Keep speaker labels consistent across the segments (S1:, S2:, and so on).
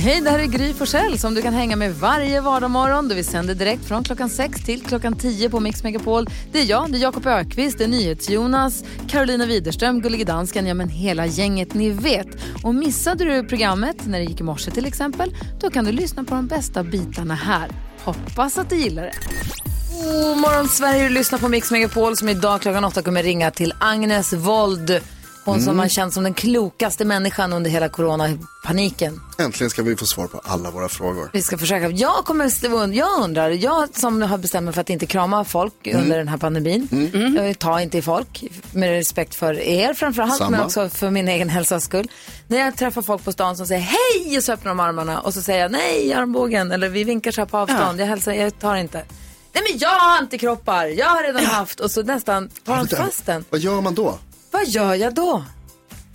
S1: Hej, det här är Gry Forssell som du kan hänga med varje vardagsmorgon. Vi sänder direkt från klockan 6 till klockan 10 på Mix Megapol. Det är jag, det är Jakob Ökvist, det är NyhetsJonas, Carolina Widerström, Gullige Dansken, ja men hela gänget ni vet. Och missade du programmet när det gick i morse till exempel, då kan du lyssna på de bästa bitarna här. Hoppas att du gillar det. God morgon Sverige, du lyssnar på Mix Megapol som idag klockan åtta kommer ringa till Agnes Wold. Hon som har känts som den klokaste människan under hela coronapaniken.
S2: Äntligen ska vi få svar på alla våra frågor.
S1: Vi ska försöka. Jag, kommer, jag undrar, jag som har bestämt mig för att inte krama folk
S2: Mm.
S1: under den här pandemin. Eh, Ta inte i folk, med respekt för er framförallt, men
S2: Samma.
S1: också för min egen hälsas skull. När jag träffar folk på stan som säger hej och så öppnar de armarna och så säger jag nej armbågen eller vi vinkar så här på avstånd, jag hälsar, jag tar inte. Nej men jag har antikroppar, jag har redan haft och så nästan tar de fast den.
S2: Vad gör man då?
S1: Vad gör jag då?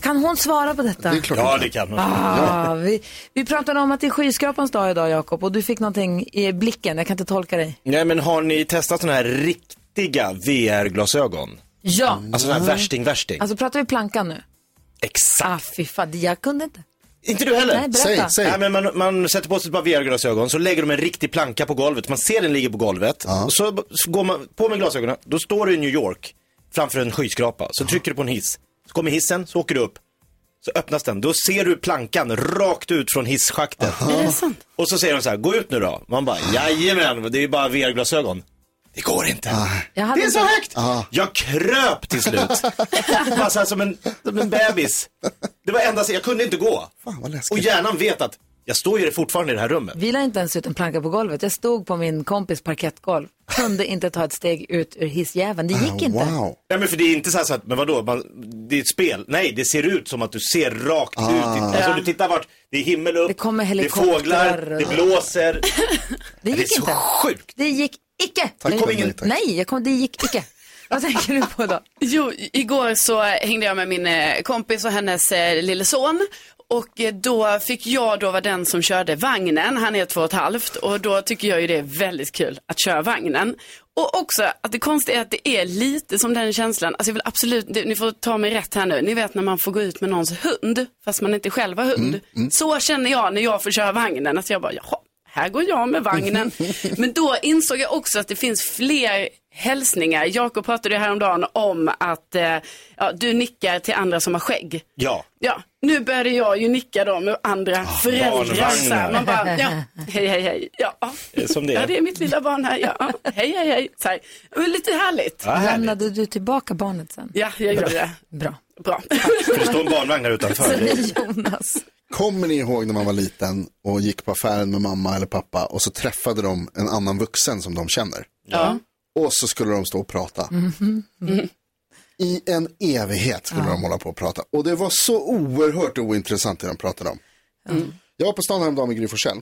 S1: Kan hon svara på detta?
S2: Det är klart
S3: Ja,
S2: man
S3: det
S2: kan.
S3: kan man.
S1: Ah, vi, vi pratade om att det är skyskrapans dag idag, Jakob, och du fick någonting i blicken. Jag kan inte tolka dig.
S3: Nej, men har ni testat sådana här riktiga VR-glasögon?
S1: Ja.
S3: Alltså sådana här värsting, värsting.
S1: Alltså pratar vi plankan nu?
S3: Exakt.
S1: Ah, fy fan, det- jag kunde inte.
S3: Inte du heller?
S1: Nej,
S2: Säg,
S1: berätta.
S2: säg.
S3: Nej, men man, man sätter på sig ett par VR-glasögon, så lägger de en riktig planka på golvet. Man ser den ligger på golvet. Och så, b- så går man på med glasögonen, då står du i New York framför en skyskrapa. Så trycker du på en hiss. Så kommer hissen, så åker du upp. Så öppnas den, då ser du plankan rakt ut från hisschaktet.
S4: Är det sant?
S3: Och så säger de så här, gå ut nu då. Man bara, jajamän, det är ju bara VR-glasögon. Det går inte.
S1: Jag hade
S3: Det är så
S1: inte-
S3: högt! Jag kröp till slut. Bara så här som en, som en bebis. Det var enda sättet, jag kunde inte gå.
S2: Fan, vad läskigt.
S3: Och hjärnan vet att jag står ju fortfarande i det här rummet.
S1: Vi la inte ens ut en planka på golvet. Jag stod på min kompis parkettgolv. Kunde inte ta ett steg ut ur hissjäveln. Det gick inte.
S2: Ah, Wow.
S3: Nej men för det är inte så här, så att, men vadå, man, det är ett spel. Nej, det ser ut som att du ser rakt ut. Alltså
S1: Ja.
S3: du tittar vart, det är himmel upp,
S1: Det kommer
S3: det är
S1: helikoptrar
S3: fåglar,
S1: och-
S3: det blåser.
S1: Det
S3: det är
S1: gick
S3: så
S1: inte.
S3: sjukt.
S1: Det gick icke.
S2: Tack,
S1: det,
S2: kom ingen-
S1: nej, jag kom, det gick icke. Vad tänker du på då?
S4: Jo, i- igår så hängde jag med min eh, kompis och hennes eh, lille son. Och eh, då fick jag då vara den som körde vagnen, han är två och ett halvt. Och då tycker jag ju det är väldigt kul att köra vagnen. Och också att det konstiga är att det är lite som den känslan, alltså jag vill absolut, det- ni får ta mig rätt här nu, ni vet när man får gå ut med någons hund, fast man inte själv har hund. Så känner jag när jag får köra vagnen, att jag bara, jaha, här går jag med vagnen. Men då insåg jag också att det finns fler hälsningar. Jakob pratade ju häromdagen om att eh, ja, du nickar till andra som har skägg.
S3: Ja.
S4: Ja, nu började jag ju nicka då med andra föräldrar.
S3: Ah, barnvagnar.
S4: Så här, man bara, ja, hej, hej, hej. Ja,
S3: Det är som det är.
S4: ja, det är mitt lilla barn här. Ja, hej, hej, hej. Så här. Men lite härligt.
S3: Ja, härligt.
S1: Lämnade du tillbaka barnet sen?
S4: Ja, jag gör det.
S1: Bra.
S4: Bra.
S3: För det står en barnvagn här utanför. Det är-
S1: Jonas.
S2: Kommer ni ihåg när man var liten och gick på affären med mamma eller pappa och så träffade de en annan vuxen som de känner?
S4: Ja.
S2: Och så skulle de stå och prata. I en evighet skulle de hålla på och prata. Och det var så oerhört ointressant det de pratade om. Mm. Jag var på stan häromdagen med Gry Forssell.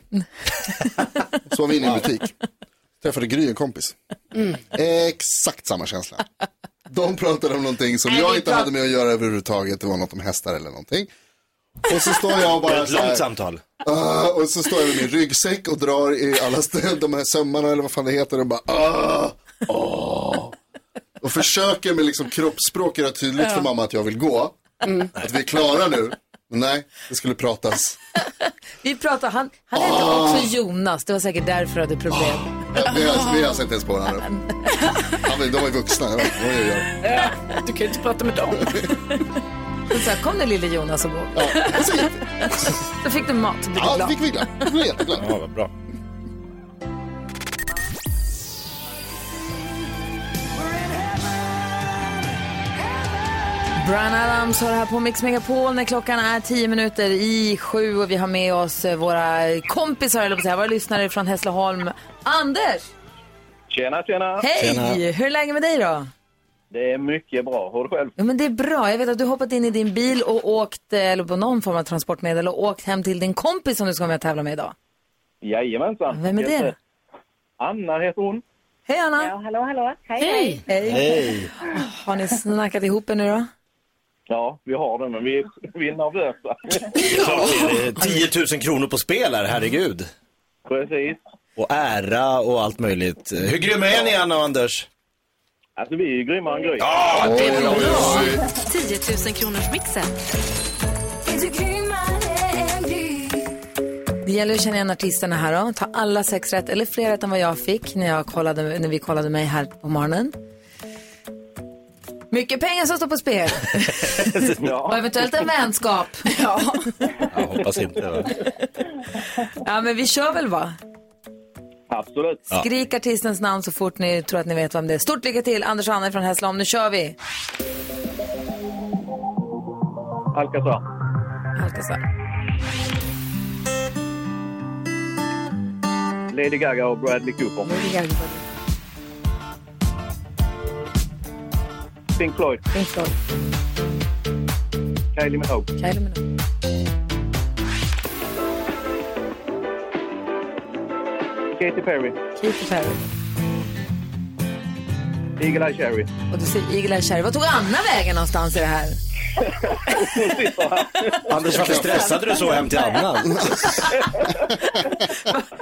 S2: så var vi inne i en butik. Träffade Gry, en kompis. Exakt samma känsla. De pratade om någonting som jag inte hade med att göra överhuvudtaget. Det var något om hästar eller någonting. Och så står jag och
S3: Det
S2: bara
S3: är ett
S2: så här-
S3: långt samtal.
S2: Ah, och så står jag med min ryggsäck och drar i alla ställ, de här sömmarna eller vad fan det heter och bara ah, ah. Och försöker med liksom kroppsspråk göra tydligt för mamma att jag vill gå. Att vi är klara nu. Men nej, det skulle pratas.
S1: Vi pratar, han, han heter
S2: Ah.
S1: också Jonas. Det var säkert därför du hade problem.
S2: Ja, Vi har, vi har sett ens på varandra. Ja, men de var ju vuxna. Ja, Oj, oj, oj.
S4: Du kan ju inte prata med dem.
S1: Så här, kom nu lille Jonas och gå.
S2: Ja, och så gick vi.
S1: Då fick du mat. Du
S2: Ja, det fick vi glad. Jag blev jätteglad.
S3: Ja, vad bra.
S1: Brian Adams har det här på Mix Megapol när klockan är tio minuter i sju och vi har med oss eh, våra kompisar, eller säga, våra lyssnare från Hässleholm. Anders!
S5: Tjena, tjena!
S1: Hej! Hur är läget med dig då?
S5: Det är mycket bra. Hör du själv?
S1: Jo, men det är bra. Jag vet att du hoppat in i din bil och åkt, eh, eller på någon form av transportmedel och åkt hem till din kompis som du ska vara med och tävla med idag.
S5: Jajamensan.
S1: Vem är det?
S5: Anna heter hon.
S1: Hej Anna!
S6: Ja, hallå, hallå. Hej.
S1: Hej!
S3: Hej!
S1: Har ni snackat ihop er nu då?
S5: Ja, vi har det, men vi, vi är nervösa.
S3: Klart det är 10 000 kronor på spel här, herregud.
S5: Precis.
S3: Och ära och allt möjligt. Hur grymma är ni Anna och Anders?
S5: Alltså, vi är ju grymmare än
S7: 10
S5: Gry.
S7: 000 kronors mixen.
S1: Det gäller att känna igen artisterna här då. Ta alla sex rätt, eller fler rätt än vad jag fick när, jag kollade, när vi kollade mig här på morgonen. Mycket pengar som står på spel. Och eventuellt en vänskap. ja.
S3: Jag hoppas inte. Va?
S1: ja, men vi kör väl va?
S5: Absolut.
S1: Skrik artistens namn så fort ni tror att ni vet vem det är. Stort lycka till, Anders och Anna från Hässleholm. Nu kör vi!
S5: Alcazar.
S1: Alcazar.
S5: Lady Gaga och Bradley Cooper. Pink Floyd.
S1: Pink Floyd.
S5: Kylie Minogue.
S1: Kylie Minogue.
S5: Katy Perry.
S1: Katy Perry.
S5: Eagle Eye Cherry.
S1: Och du säger Eagle Eye Cherry. Vad tog Anna vägen någonstans i det här?
S3: Anders, varför stressade du så hem till Anna?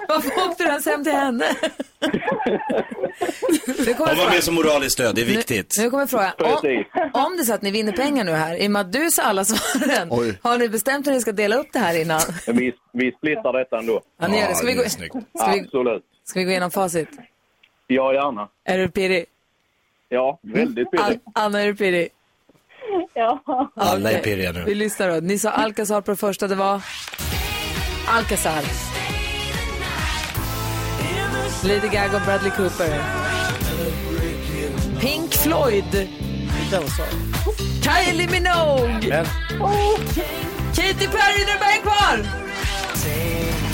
S1: Varför åkte du ens hem till henne? Nu
S3: Hon
S1: kommer
S3: var
S1: frågan.
S3: med som moraliskt stöd, det är viktigt.
S1: Nu kommer frågan. Om,
S5: Precis.
S1: om det är så att ni vinner pengar nu här, i och med att du sa alla svaren,
S2: Oj.
S1: har ni bestämt hur ni ska dela upp det här innan?
S5: Men Vi, vi splittar detta ändå.
S1: Ja, ni gör det. Ska, vi
S3: det
S1: gå,
S3: är snyggt.
S1: ska, vi,
S5: Absolut.
S1: ska vi gå igenom facit?
S5: Ja, gärna.
S1: Är du pirrig?
S5: Ja, väldigt
S1: Al-
S5: billigt.
S1: Anna, är du pirrig?
S6: Ja.
S3: Alla är
S1: Okej.
S3: pirriga
S1: Vi
S3: nu.
S1: lyssnar då. Ni sa Alcazar på det första, det var Alcazar. Lady Gaga och Bradley Cooper. Pink Floyd. Kylie Minogue.
S3: Men,
S1: Katy Perry, nu är det bara en kvar.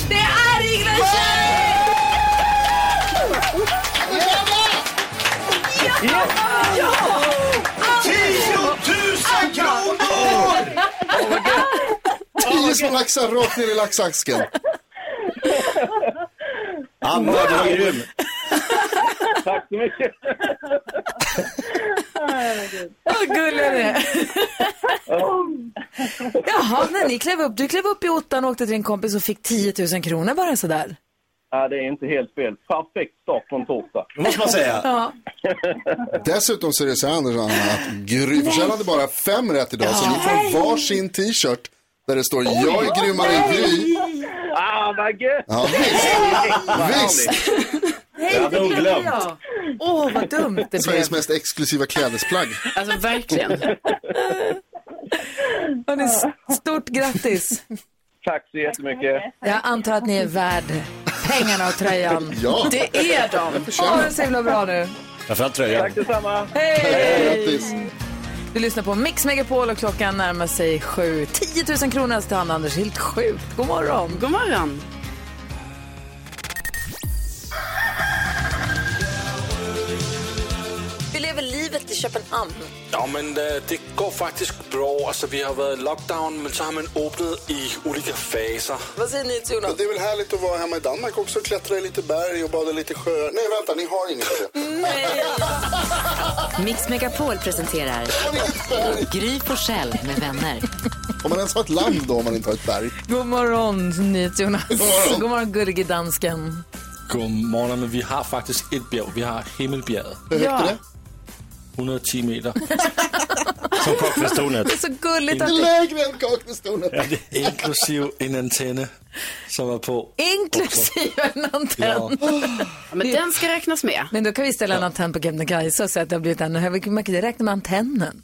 S1: Det är Eagle Eye Cherry!
S2: Tio små laxar rakt ner i laxasken.
S3: Anna, du var grym.
S5: Tack så mycket.
S1: Vad gulliga ni är. Jaha, när ni klev upp. Du klev upp i ottan och åkte till din kompis och fick 10 000 kronor bara sådär.
S5: Ja, det är inte helt fel. Perfekt start från torsdag.
S3: Det måste man säga.
S1: Ja.
S2: Dessutom så är det så här Anders och Anna, att Gry Forssell hade bara fem rätt idag. Så ni får varsin t-shirt där det står jag är grymmare än Gry.
S5: Ah, vad gött!
S2: Ja, visst,
S5: Vad härligt.
S2: visst.
S1: Hej,
S3: hade hon glömt.
S1: jag. Åh, vad dumt det blev.
S2: Sveriges mest exklusiva klädesplagg.
S4: Alltså verkligen.
S1: Hörrni, s- stort grattis.
S5: Tack så jättemycket.
S1: Jag antar att ni är värd pengarna och tröjan.
S2: Ja,
S4: Det är de.
S1: Ha det så himla bra nu.
S3: Framförallt tröjan.
S5: Tack detsamma.
S1: Hej!
S2: grattis.
S1: Du lyssnar på Mix Megapol och klockan närmar sig sju. 10 000 kronor alltså till Anna Anders. Helt sjukt. God morgon.
S4: God morgon.
S1: Vi lever livet i Köpenhamn.
S8: Ja, men øh, det går faktisk bra. Altså, vi har været i lockdown, men så har man åbnet i olika faser.
S1: Vad säger ni till Jonas?
S2: Det är väl härligt att vara hemma i Danmark också. Klättra i lite berg och bada i lite sjöar. Nej, vänta, ni har inget.
S7: Mix Megapol presenterar Gry Forssell med vänner.
S2: Om man ens har ett land då, om man inte har ett berg.
S1: God morgon, NyhetsJonas.
S2: morgon.
S1: God morgon, gullige dansken.
S8: Godmorgen, men vi har faktisk et bjerg. Vi har Himmelbjerget.
S2: Hur högt är det?
S8: 110 meter.
S3: Som Kaknästornet.
S1: Det är så gulligt att
S2: Det är
S1: det
S2: lägre än Kaknästornet.
S8: Inklusiv en antenne, som er på.
S1: inklusive en
S8: Ja.
S1: antenn.
S4: Ja, men den ska räknas med.
S1: Men då kan vi ställa en antenn på Kebnekaise och säga att det har blivit ännu högre. Man kan ju räkna med antennen.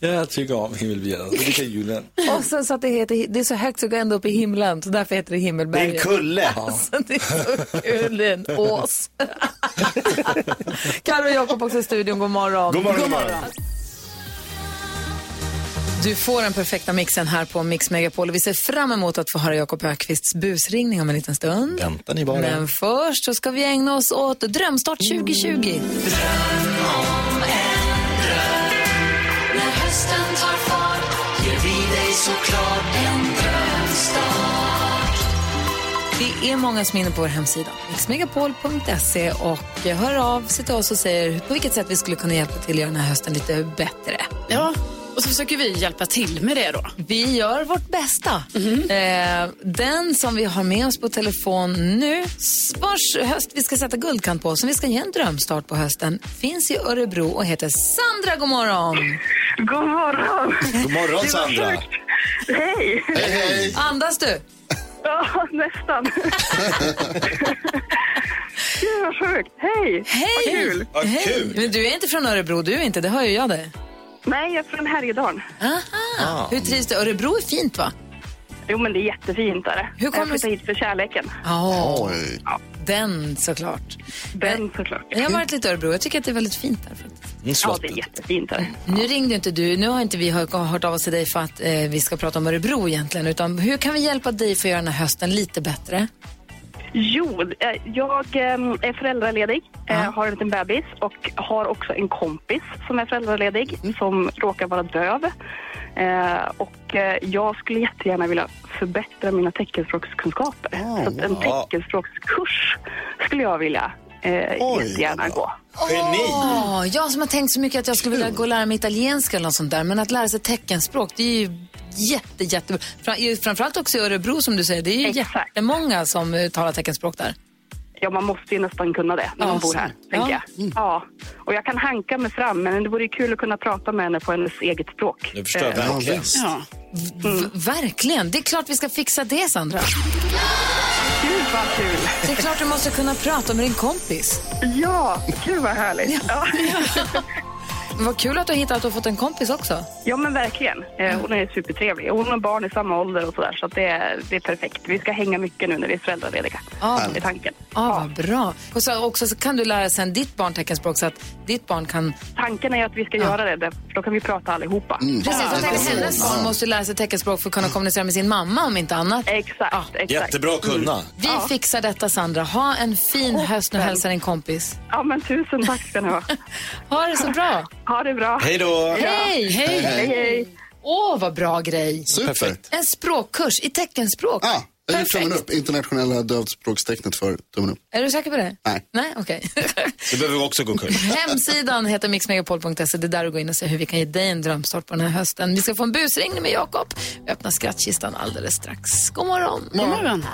S8: Jeg tænker om Himmelbjerget. Det ligger i Jylland.
S1: Och sen så att det heter, det är så högt så det går ända upp i himlen, så därför heter det
S3: Det är en
S1: himmelberget.
S3: kulle.
S1: Så det är så kul, det är en ås. Karo och Jakob också i studion, god morgon.
S3: God morgon, god morgon.
S1: Du får den perfekta mixen här på Mix Megapol och vi ser fram emot att få höra Jakob Ökvists busringning om en liten stund.
S3: Väntar ni bara.
S1: Men först så ska vi ägna oss åt Drömstart 2020. det är många som är inne på vår hemsida, mixmegapol.se och eh, hör av sig till oss och säger på vilket sätt vi skulle kunna hjälpa till att göra den här hösten lite bättre.
S4: Ja, och så försöker vi hjälpa till med det då.
S1: Vi gör vårt bästa. Eh, den som vi har med oss på telefon nu, vars höst vi ska sätta guldkant på, som vi ska ge en drömstart på hösten, finns i Örebro och heter Sandra. God morgon!
S9: God morgon!
S3: God morgon Sandra.
S9: Hej!
S3: Hej, hej.
S1: Andas du?
S9: Ja, nästan. Gud, vad sjukt. Hej! Vad kul!
S1: Hej! Men du är inte från Örebro, du är inte, det hör ju jag det.
S9: Nej, jag är från Härjedalen.
S1: Ah. Hur trivs du? Örebro är fint va?
S9: Jo, men det är jättefint. Är det.
S1: Hur kommer
S9: jag flyttade hit för kärleken.
S1: Ja. Den såklart. Den
S9: såklart.
S1: Jag har varit lite i Örebro, jag tycker att det är väldigt fint där.
S9: Ja, det är jättefint. Där.
S1: Nu ringde ju inte du, nu har inte vi hört, hört av oss till dig för att eh, vi ska prata om Örebro egentligen, utan hur kan vi hjälpa dig för att göra den här hösten lite bättre?
S9: Jo, eh, jag eh, är föräldraledig, eh, har en liten bebis och har också en kompis som är föräldraledig
S1: Mm.
S9: som råkar vara döv. Eh, Och eh, jag skulle jättegärna vilja förbättra mina teckenspråkskunskaper. Så att en
S3: Ja.
S9: teckenspråkskurs skulle jag vilja eh, jättegärna gå.
S1: Åh, jag som har tänkt så mycket att jag skulle vilja gå och lära mig italienska eller något sånt där, men att lära sig teckenspråk, det är ju jätte, jättebra. Fra- ju Framförallt också i Örebro som du säger, det är ju jättemånga som eh, talar teckenspråk där.
S9: Ja, man måste ju nästan kunna det när
S1: Ja,
S9: man bor här,
S1: så.
S9: tänker
S1: Ja. Mm.
S9: jag. Ja. Och jag kan hanka mig fram, men det vore ju kul att kunna prata med henne på hennes eget språk.
S3: Nu förstår jag
S9: Eh,
S3: verkligen.
S9: Ja.
S1: V- Verkligen, det är klart vi ska fixa det Sandra.
S9: Gud vad kul!
S1: Det är klart du måste kunna prata med din kompis.
S9: Ja, gud vad härligt. Ja.
S1: Vad kul att du har hittat att du har fått en kompis också.
S9: Ja, men verkligen. Eh, Hon är supertrevlig. Hon har barn i samma ålder och sådär, så att det, är, det är perfekt. Vi ska hänga mycket nu när vi är föräldralediga.
S1: Ja.
S9: Det är tanken.
S1: Ah, vad bra. Och så, också så kan du lära sen ditt barn teckenspråk så att ditt barn kan...
S9: Tanken är att vi ska göra det, där, för då kan vi prata allihopa.
S4: Mm.
S1: Precis, jag tänkte hennes barn måste lära sig teckenspråk för att kunna kommunicera med sin mamma om inte annat.
S9: Exakt, exakt.
S3: Jättebra
S1: Mm.
S3: att kunna.
S1: Vi fixar detta Sandra. Ha en fin höst och hälsa din kompis.
S9: Ja, men tusen tack ska ni ha.
S1: ha det så bra.
S9: Ha det bra.
S3: Hej då.
S1: Hej, hej!
S9: Hej, hej.
S1: Åh, vad bra grej.
S2: Perfekt.
S1: En språkkurs i teckenspråk.
S2: Ah, Jag ger tummen upp. Internationella dövspråkstecknet för tummen upp.
S1: Är du säker på det?
S2: Nej.
S1: Nej, okej.
S3: Det behöver vi också gå kul.
S1: Hemsidan heter mixmegapol.se. Det är där du går in och ser hur vi kan ge dig en drömstart på den här hösten. Vi ska få en busringning med Jakob. Vi öppnar skrattkistan alldeles strax. God morgon.
S9: Mm.
S4: God morgon.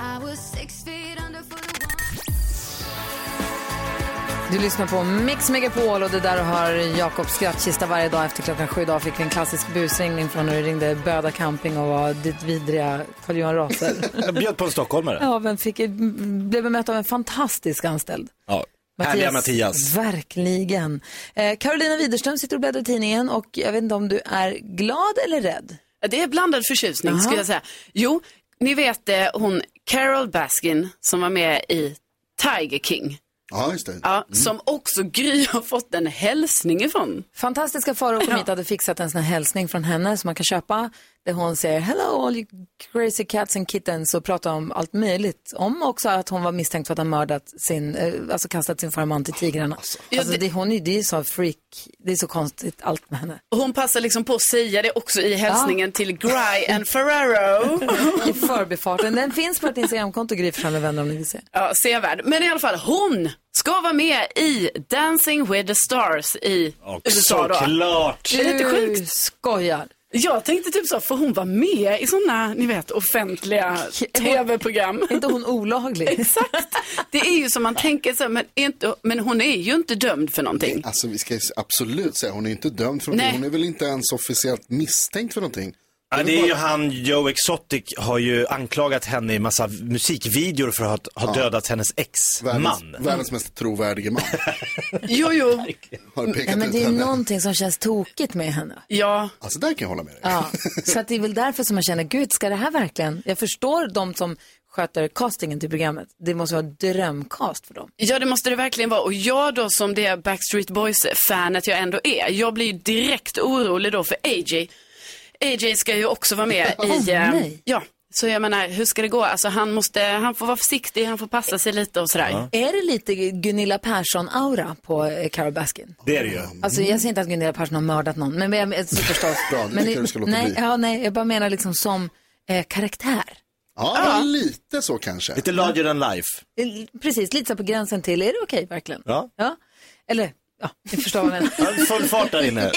S1: Du lyssnar på Mix Megapol och det där du har Jakobs skrattkista varje dag efter klockan sju. Idag fick vi en klassisk busringning från när du ringde Böda camping och var ditt vidriga Carl-Johan Raser.
S3: Jag bjöd på en stockholmare.
S1: ja, men fick, blev bemött av en fantastisk anställd.
S3: Ja. Härliga Mattias.
S1: Verkligen. Eh, Carolina Widerström sitter och bläddrar i tidningen och jag vet inte om du är glad eller rädd?
S4: Det är blandad förtjusning
S1: Jaha.
S4: skulle jag säga. Jo, ni vet eh, hon Carol Baskin som var med i Tiger King.
S2: Ja, just det.
S4: Ja,
S9: Mm.
S4: Som också Gry har fått en hälsning ifrån.
S1: Fantastiska faror kom hit och hade fixat en sån här hälsning från henne som man kan köpa. Där hon säger hello all you crazy cats and kittens och pratar om allt möjligt. Om också att hon var misstänkt för att ha mördat sin, eh, alltså kastat sin farmant till tigrarna. Alltså, det... hon är, det är ju så freak, det är så konstigt allt med henne.
S4: Och hon passar liksom på att säga det också i hälsningen till Gry and Ferraro.
S1: I förbifarten. Den finns på ett Instagramkonto, Gry Forssell med vänner om ni vill se.
S4: Ja, sevärd. Men i alla fall, hon ska vara med i Dancing with the Stars i USA då.
S3: såklart.
S4: Det är lite sjukt.
S1: Du skojar.
S4: Jag tänkte typ så, får hon vara med i sådana, ni vet, offentliga tv-program?
S1: Är inte hon olaglig?
S4: Exakt. Det är ju som man tänker så, här, men, är inte, men hon är ju inte dömd för någonting.
S2: Alltså vi ska absolut säga, hon är inte dömd för någonting.
S4: Nej.
S2: Hon är väl inte ens officiellt misstänkt för någonting.
S3: Ja,
S2: Hon
S3: det är
S2: bara-
S3: ju han, Joe Exotic, har ju anklagat henne i massa musikvideor för att ha dödat hennes
S2: Världens, Mm.
S3: ex-man.
S2: världens mest trovärdige man.
S4: Jo, jo.
S2: Har pekat
S1: Ja, men
S2: ut
S1: det är
S2: henne.
S1: någonting som känns tokigt med henne.
S4: Ja.
S2: Alltså där kan jag hålla med dig.
S1: Ja, så att det är väl därför som man känner, gud, ska det här verkligen... Jag förstår de som sköter castingen till programmet. Det måste vara drömcast för dem.
S4: Ja, det måste det verkligen vara. Och jag då som det Backstreet Boys-fanet jag ändå är, jag blir ju direkt orolig då för AJ. AJ ska ju också vara med i...
S1: Åh,
S4: eh,
S1: nej.
S4: ja, så jag menar, hur ska det gå? Alltså han måste, han får vara försiktig, han får passa sig lite och sådär.
S1: Är det lite Gunilla Persson-aura på eh, Carol Baskin?
S3: Det är det ju.
S1: Alltså jag säger inte att Gunilla Persson har mördat någon, men jag, jag, så förstås.
S2: Bra, det
S1: men,
S2: tycker jag du ska låta
S1: nej,
S2: bli.
S1: ja, nej, jag bara menar liksom som eh, karaktär.
S2: Ja,
S10: Ja.
S2: lite så kanske.
S3: Lite larger than life.
S1: Eh,
S10: Precis, lite så här på gränsen till, är det okej verkligen?
S3: Ja.
S10: Ja, eller ja, ni förstår vad jag menar.
S3: Full fart där inne.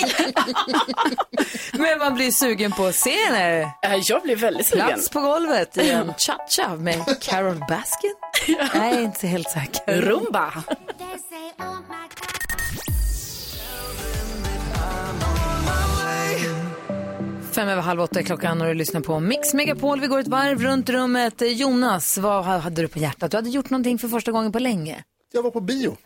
S1: Men man blir sugen på scener.
S4: Jag blir väldigt sugen.
S1: Plats på golvet i en cha-cha med Carol Baskin? Jag är inte helt säker.
S4: Rumba.
S1: Fem över halv åtta är klockan och du lyssnar på Mix Megapol. Vi går ett varv runt rummet. Jonas, vad hade du på hjärtat? Du hade gjort någonting för första gången på länge.
S2: Jag var på bio.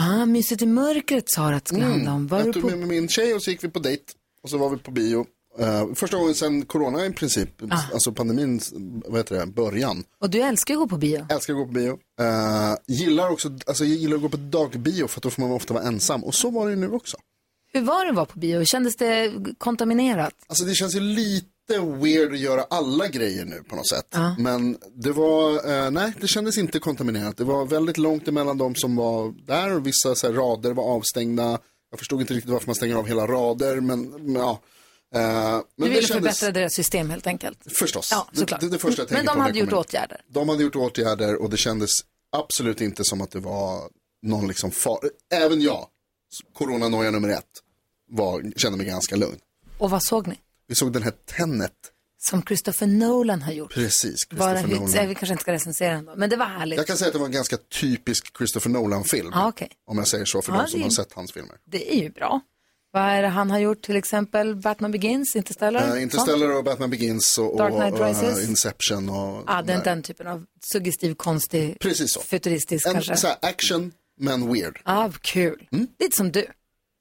S1: Ah, Myset i mörkret sa du att det skulle handla om. Var
S2: jag
S1: du
S2: tog
S1: på...
S2: med mig min tjej och så gick vi på dejt. Och så var vi på bio. Eh, första gången sedan corona i princip,
S1: Ah.
S2: alltså pandemins vad heter det, början.
S1: Och du älskar ju att gå på bio.
S2: Älskar att gå på bio. Eh, gillar också, alltså jag gillar att gå på dagbio för att då får man ofta vara ensam. Och så var det ju nu också.
S1: Hur var det att vara på bio? Kändes det kontaminerat?
S2: Alltså det känns ju lite weird att göra alla grejer nu på något sätt. Men det var, eh, nej det kändes inte kontaminerat. Det var väldigt långt emellan de som var där och vissa så här, rader var avstängda. Jag förstod inte riktigt varför man stänger av hela rader men, men ja. Eh, men
S1: du ville förbättra deras system helt enkelt.
S2: Förstås.
S1: Ja,
S2: Det-
S1: såklart.
S2: det- det första jag
S1: Men
S2: tänker
S1: de
S2: på när
S1: hade
S2: jag
S1: gjort
S2: kommer in.
S1: åtgärder.
S2: De hade gjort åtgärder och det kändes absolut inte som att det var någon liksom far. Även jag, coronanoja nummer ett, var, kände mig ganska lugn.
S1: Och vad såg ni?
S2: Vi såg den här Tenet,
S1: Som Christopher Nolan har gjort.
S2: precis,
S1: Bara
S2: Christopher
S1: hur, Nej,
S2: Nolan.
S1: vi kanske inte ska recensera den då, men det var härligt.
S2: Jag kan säga att det var en ganska typisk Christopher Nolan-film.
S1: Ja, Ah, okej.
S2: Om jag säger så för
S1: Ja,
S2: de som
S1: det-
S2: har sett hans filmer.
S1: Det är ju bra. Vad är det han har gjort till exempel? Batman Begins, Interstellar?
S2: Uh, Interstellar och Batman Begins och,
S1: Dark
S2: och,
S1: Knight
S2: eh,
S1: Rises.
S2: Inception och...
S1: Ja, ah, den,
S2: nej.
S1: den typen av suggestiv, konstig,
S2: Precis så.
S1: futuristisk
S2: En
S1: kanske.
S2: så här Mm. action, men weird.
S1: ah, kul. Lite som du.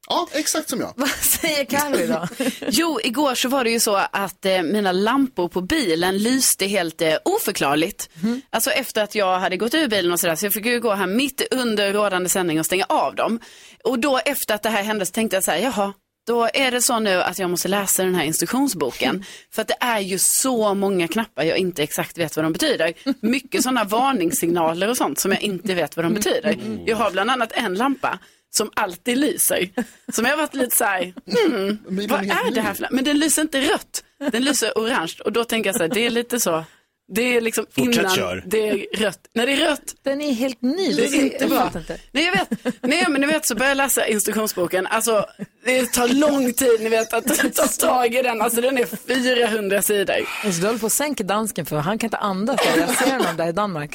S2: Ja, exakt som jag.
S1: Vad säger Carro då?
S4: Jo, igår så var det ju så att eh, mina lampor på bilen lyste helt eh, oförklarligt. Alltså efter att jag hade gått ur bilen och sådär, så jag fick ju gå här mitt under rådande sändning och stänga av dem. Och då efter att det här hände så tänkte jag så här, jaha, då är det så nu att jag måste läsa den här instruktionsboken. För att det är ju så många knappar jag inte exakt vet vad de betyder. Mycket sådana varningssignaler och sånt som jag inte vet vad de betyder. Jag har bland annat en lampa som alltid lyser. Som jag har varit lite så här, hmm, vad är det här för Men den lyser inte rött, den lyser orange. Och då tänker jag så här, det är lite så. Det är liksom
S3: Fortsätt
S4: innan
S3: kör.
S4: det är rött. När det är rött,
S1: Den är helt ny.
S4: det
S1: Jag
S4: är inte bra.
S1: fattar inte.
S4: Nej, jag vet. Nej, men ni vet så börjar jag läsa instruktionsboken. Alltså, det tar lång tid, ni vet, att ta tag i den. Alltså, den är 400 sidor.
S1: Alltså, du håller på att sänka dansken för han kan inte andas. Där. Jag ser honom där i Danmark.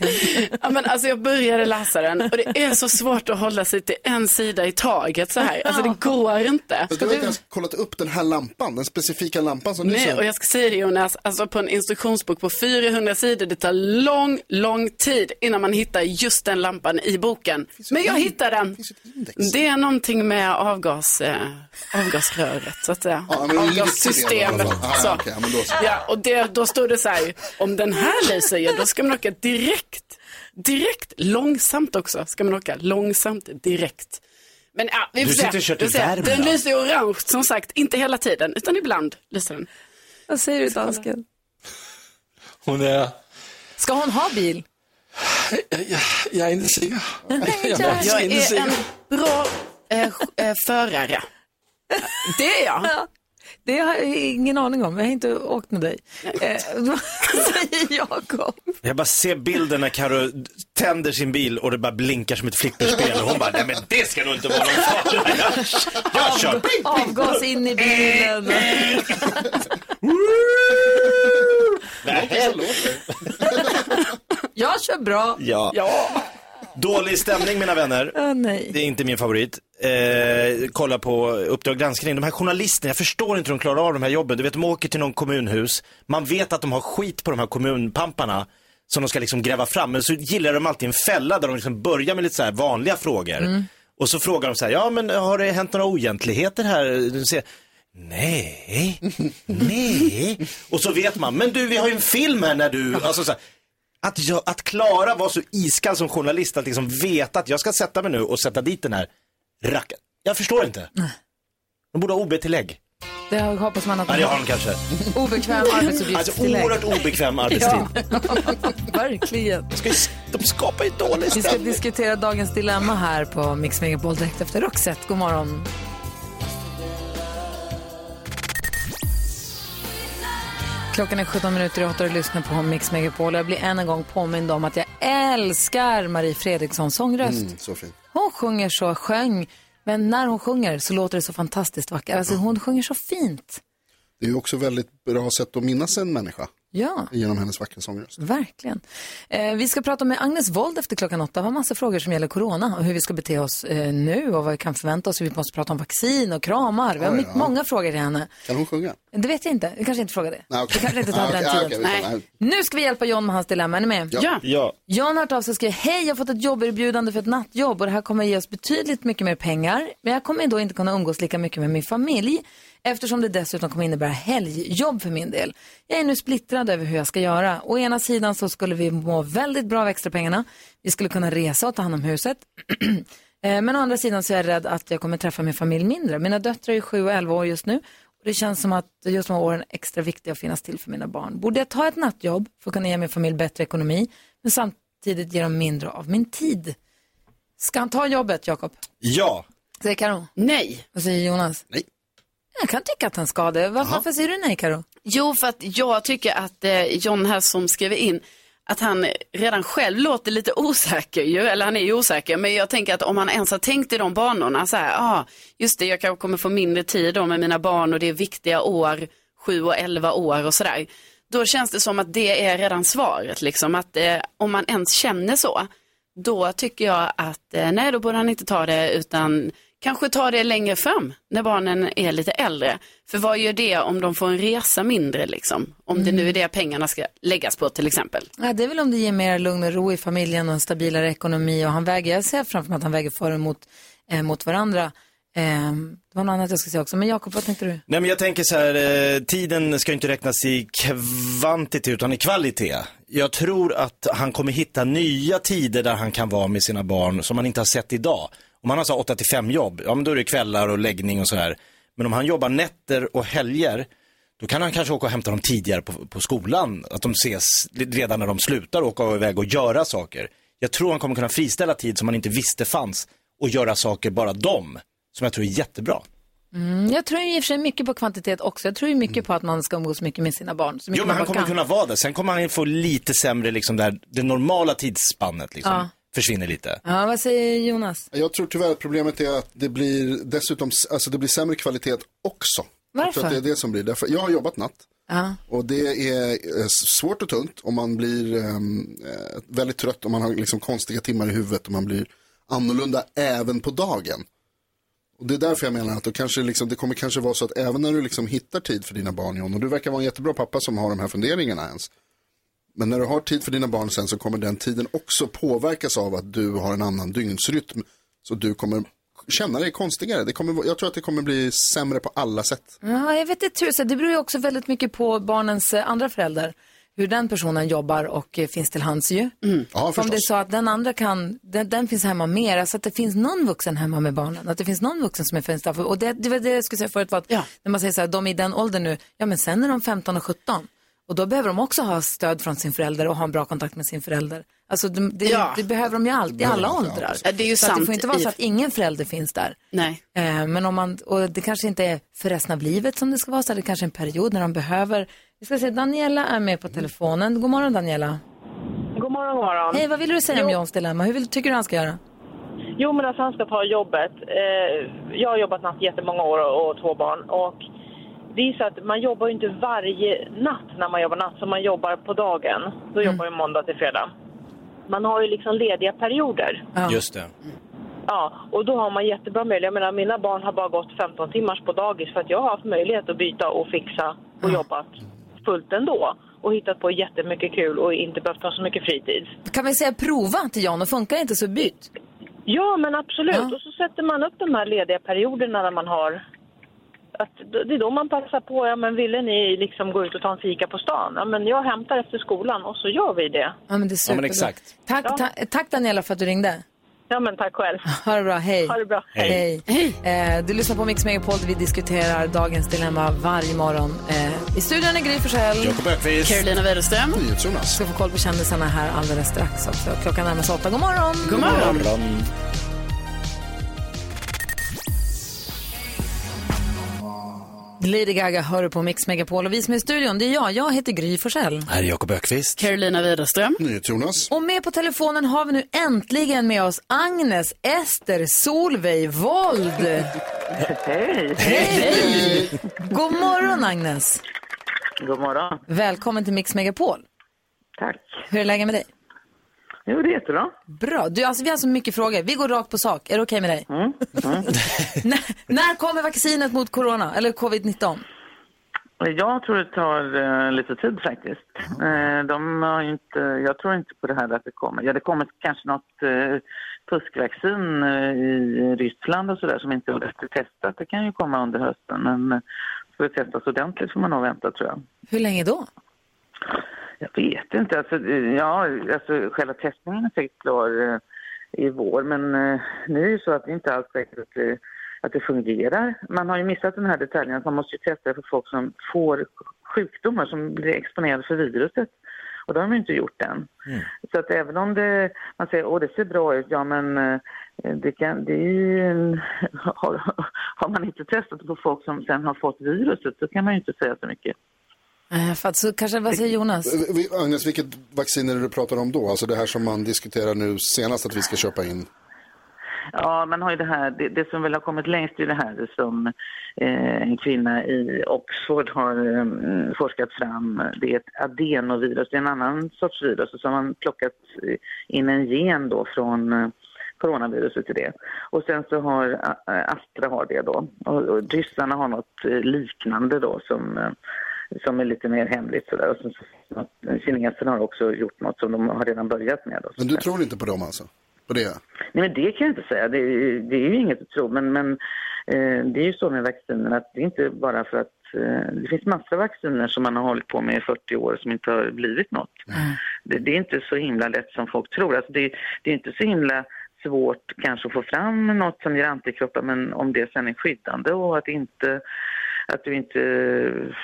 S4: Ja, men alltså, jag började läsa den och det är så svårt att hålla sig till en sida i taget så här. Alltså, det går inte.
S2: Fast du har inte ens kollat upp den här lampan, den specifika lampan som
S4: Nej,
S2: lyser.
S4: och jag ska säga det Jonas, alltså på en instruktionsbok på 400 sidor, det tar lång, lång tid innan man hittar just den lampan i boken. Men jag hittar den. Det är någonting med avgas, eh, avgasröret, så att säga.
S2: men de ligger
S4: Avgassystemet.
S2: till det i alla fall. Ah,
S4: Så.
S2: okej, ja, men då så.
S4: Ja, och det, då stod det så här, om den här lyser, ja, då ska man åka direkt. Direkt, långsamt också, ska man åka långsamt direkt. Men ja, vi
S3: Du
S4: får
S3: sitter och kör till
S4: Vi får se.
S3: Värmland.
S4: Den lyser ju orange, som sagt, inte hela tiden, utan ibland lyser den.
S1: Vad säger du dansken?
S11: Hun er...
S1: Ska hon ha bil?
S11: Jeg, jeg, jeg er ikke sikker. Jeg er faktisk
S4: Jag
S11: ikke
S4: är
S11: sikker.
S4: en bra eh, eh, förare. Det är jag.
S1: Det har jag ingen aning om. Jag har inte åkt med dig. Eh, vad säger Jakob?
S3: Jag bara ser bilden när Karo tänder sin bil och det bara blinkar som ett flipperspel och hon bara, nej men det ska nog inte vara någon fara. Jag, jag kör.
S1: Avgas in i bilen.
S3: Nej.
S1: Jag kör bra.
S3: Ja. Dålig stämning mina vänner.
S1: Åh, nej.
S3: Det är inte min favorit. Eh, kolla på Uppdrag granskning. De här journalisterna, jag förstår inte hur de klarar av de här jobben. Du vet, de åker till någon kommunhus. Man vet att de har skit på de här kommunpamparna som de ska liksom gräva fram. Men så gillar de alltid en fälla där de liksom börjar med lite så här vanliga frågor. Och så frågar de så här, ja men har det hänt några oegentligheter här? Du ser, nej, nej. Och så vet man, men du vi har ju en film här när du, alltså så här, att, jag, att Klara var så iskall som journalist att liksom veta att jag ska sätta mig nu och sätta dit den här rackaren. Jag förstår inte. De borde ha OB-tillägg.
S1: Det har- hoppas man att
S3: Ja, det har de kanske.
S1: Obekväm
S3: Alltså
S1: arbetsuppgiftstillägg.
S3: oerhört obekväm arbetstid.
S1: Verkligen.
S3: De skapar ju dålig
S1: Vi ska diskutera dagens dilemma här på Mix Megapol direkt efter Roxette. God morgon. Klockan är 17 minuter i 8 och lyssnar på Mix Megapol. Jag blir än en gång påmind om att jag älskar Marie Fredrikssons sångröst.
S2: Mm, så fint.
S1: Hon sjunger så, sjöng, men när hon sjunger så låter det så fantastiskt vackert. Alltså hon sjunger så fint.
S2: Det är ju också väldigt bra sätt att minnas en människa.
S1: Ja.
S2: Genom hennes vackra sångröst.
S1: Verkligen. Eh, vi ska prata med Agnes Wold efter klockan åtta. Vi har massa frågor som gäller corona och hur vi ska bete oss eh, nu och vad vi kan förvänta oss. Vi måste prata om vaccin och kramar. Vi har
S2: Ja,
S1: mycket-
S2: ja.
S1: många frågor till henne.
S2: Kan hon sjunga?
S1: Det vet jag inte. Vi kanske inte frågar det.
S2: Nej, okej.
S1: Vi kanske inte tar
S2: Nej,
S1: den
S2: okej,
S1: tiden.
S2: okej, vi tar- nej.
S1: Nu ska vi hjälpa John med hans dilemma. Är ni med?
S3: ja.
S1: John har hört av sig och skriver, hej jag har fått ett jobberbjudande för ett nattjobb och det här kommer ge oss betydligt mycket mer pengar. Men jag kommer då inte kunna umgås lika mycket med min familj eftersom det dessutom kommer innebära helgjobb för min del. Jag är nu splittrad över hur jag ska göra. Å ena sidan så skulle vi må väldigt bra av extrapengarna. Vi skulle kunna resa och ta hand om huset. Eh, Men å andra sidan så är jag rädd att jag kommer träffa min familj mindre. Mina döttrar är 7 och 11 år just nu. Och det känns som att just de här åren är extra viktiga att finnas till för mina barn. Borde jag ta ett nattjobb för att kunna ge min familj bättre ekonomi, men samtidigt ge dem mindre av min tid? Ska han ta jobbet, Jakob?
S3: Ja.
S1: Säger Karo?
S4: Nej.
S1: Vad säger Jonas?
S2: Nej.
S1: Jag kan tycka att han ska det. Varför, varför säger du nej, Karo?
S4: Jo, för att jag tycker att eh, John här som skriver in, att han redan själv låter lite osäker ju, eller han är ju osäker, men jag tänker att om han ens har tänkt i de banorna, så här, ah, just det, jag kanske kommer få mindre tid då med mina barn och det är viktiga år, 7 och 11 år och sådär. Då känns det som att det är redan svaret, liksom, att eh, om man ens känner så, då tycker jag att eh, nej, då borde han inte ta det utan kanske ta det längre fram när barnen är lite äldre. För vad gör det om de får en resa mindre liksom? Om det nu är det pengarna ska läggas på till exempel.
S1: Ja, det är väl om det ger mer lugn och ro i familjen och en stabilare ekonomi. Och han väger, jag ser framför mig att han väger för och emot eh, mot varandra. Eh, det var något annat jag skulle säga också. Men Jakob, vad tänkte du?
S3: Nej men jag tänker så här, eh, tiden ska ju inte räknas i kvantitet utan i kvalitet. Jag tror att han kommer hitta nya tider där han kan vara med sina barn som han inte har sett idag. Om han har så 8 till 5 jobb, ja men då är det kvällar och läggning och sådär. Men om han jobbar nätter och helger, då kan han kanske åka och hämta dem tidigare på, på skolan. Att de ses redan när de slutar åka iväg och göra saker. Jag tror han kommer kunna friställa tid som han inte visste fanns och göra saker bara dem, som jag tror är jättebra.
S1: Mm, jag tror ju i och för sig mycket på kvantitet också. Jag tror ju mycket på att man ska umgås mycket med sina barn. Så mycket
S3: Mm. Jo, men
S1: man
S3: han
S1: bara
S3: kommer
S1: kan.
S3: kunna vara det. Sen kommer han ju få lite sämre, liksom där, det normala tidsspannet liksom,
S1: Ja.
S3: försvinner lite.
S1: Ja, vad säger Jonas?
S2: Jag tror tyvärr att problemet är att det blir dessutom, alltså det blir sämre kvalitet också. Jag
S1: Varför?
S2: tror att det är det som blir därför. Jag har jobbat natt.
S1: Ja.
S2: Och det är eh, svårt och tungt och man blir ehm, eh, väldigt trött och man har liksom konstiga timmar i huvudet och man blir annorlunda även på dagen. Och det är därför jag menar att då kanske liksom, det kommer kanske vara så att även när du liksom hittar tid för dina barn John, och du verkar vara en jättebra pappa som har de här funderingarna ens. Men när du har tid för dina barn sen så kommer den tiden också påverkas av att du har en annan dygnsrytm. Så du kommer känna dig konstigare. Det kommer, vara- jag tror att det kommer bli sämre på alla sätt.
S1: Ja, jag vet inte tusen. Det beror ju också väldigt mycket på barnens eh, andra föräldrar. Hur den personen jobbar och eh, finns till hands ju.
S3: Mm.
S2: Ja,
S1: Om det är
S2: förstås.
S1: så att den andra kan, den, den finns hemma mer, alltså att det finns någon vuxen hemma med barnen, att det finns någon vuxen som är finns där. Och det, det var det jag skulle säga förut, var att när man säger så här, de är i den åldern nu, ja men sen är de 15 och 17. Och då behöver de också ha stöd från sin förälder och ha en bra kontakt med sin förälder. Alltså det, det,
S4: Ja.
S1: det behöver de ju alltid, i alla
S4: Behöver de, ja,
S1: åldrar.
S4: precis. Ja, det är ju
S1: så Att det
S4: sant
S1: får inte vara
S4: i-
S1: så att ingen förälder finns där.
S4: Nej.
S1: Eh, Men om man, och det kanske inte är för resten av livet som det ska vara, så det kanske är en period när de behöver. Vi ska se, Daniela är med på telefonen. God morgon Daniela.
S12: God morgon, god morgon.
S1: Hej, vad vill du säga om
S12: jo,
S1: Johns dilemma? Hur vill, tycker du han ska göra?
S12: Jo, men alltså han ska ta jobbet. Eh, jag har jobbat natt jättemånga år och, och två barn. Och det är så att man jobbar ju inte varje natt när man jobbar natt som man jobbar på dagen. Då jobbar ju måndag till fredag. Man har ju liksom lediga perioder.
S3: Just det.
S12: Ja, och då har man jättebra möjlighet. Jag menar, mina barn har bara gått 15 timmars på dagis för att jag har haft möjlighet att byta och fixa och jobbat fullt ändå. Och hittat på jättemycket kul och inte behövt ha så mycket fritid.
S1: Kan vi säga prova till John och funkar det inte så byt?
S12: Ja, men absolut. Och så sätter man upp de här lediga perioderna när man har... Att d- det är då man passar på. Ja, men ville ni liksom gå ut och ta en fika på stan? Ja, men jag hämtar efter skolan och så gör vi det.
S1: Ja, men det är superbra.
S12: men exakt.
S1: Tack, ta, tack Daniela för att du ringde.
S12: Ja, men tack själv.
S1: Ha det bra, hej.
S12: Ha det bra.
S1: Hej. Eh, du lyssnar på Mix Megapol där vi diskuterar dagens dilemma varje morgon. Eh, I studion är Gry Forssell.
S3: Jakob Öqvist.
S4: Carolina Widerström.
S2: Jonas.
S1: Ska få koll på kändisarna här alldeles strax också. Klockan närmar sig åtta. God morgon.
S4: God morgon.
S1: Lady Gaga hör du på Mix Megapol och vi som är i studion, det är jag. Jag heter Gry Forssell.
S13: Här är Jakob Ökvist.
S4: Carolina Widerström.
S2: Jonas.
S1: Och med på telefonen har vi nu äntligen med oss Agnes Ester Solveig Wold.
S14: Hej!
S1: Hej! God morgon Agnes.
S14: God morgon.
S1: Välkommen till Mix Megapol.
S14: Tack.
S1: Hur är läget med dig?
S14: Jo, det är jättebra.
S1: Bra. Du, alltså, vi har så mycket frågor. Vi går rakt på sak. Är det okej med dig? när, när kommer vaccinet mot corona, eller covid-19?
S14: Jag tror det tar eh, lite tid faktiskt. Eh, de har ju inte, jag tror inte på det här att det kommer. Ja, det kommer kanske något eh, fuskvaccin eh, i Ryssland och sådär som inte är ordentligt testat. Det kan ju komma under hösten, men eh, ska det testas ordentligt får man nog vänta tror jag.
S1: Hur länge då?
S14: Jag vet inte. Alltså, ja, alltså, själva testningen är säkert klar eh, i vår, men eh, nu är det så att det inte alls säkert att det, att det fungerar. Man har ju missat den här detaljen att man måste ju testa för folk som får sjukdomar, som blir exponerade för viruset. Och det har de ju inte gjort än. Så att även om det, man säger att det ser bra ut, ja men eh, det, kan, det är ju en, har, har man inte testat på folk som sen har fått viruset så kan man ju inte säga så mycket.
S1: Äh, för att, så kanske, vad säger Jonas?
S2: Eh, vi- Agnes, vilket vaccin är det du pratar om då? Alltså det här som man diskuterar nu senast att vi ska köpa in.
S14: Ja, man har ju det här, det, det som väl har kommit längst är det här som eh, en kvinna i Oxford har eh, forskat fram. Det är ett adenovirus, det är en annan sorts virus och så har man plockat eh, in en gen då från eh, coronaviruset i det. Och sen så har eh, Astra har det då och, och ryssarna har något eh, liknande då som eh, som är lite mer hemligt sådär. Och sen så, kineserna har också gjort något som de har redan börjat med. Då,
S2: Men du tror inte på dem alltså? På det?
S14: Nej, men det kan jag inte säga. Det, är- det är ju inget att tro. Men, men eh, det är ju så med vacciner att det är inte bara för att eh, det finns massor av vacciner som man har hållit på med i 40 år som inte har blivit något. Det, det är inte så himla lätt som folk tror. Alltså det, det är inte så himla svårt kanske att få fram något som ger antikroppar men om det sen är skyddande och att inte att du inte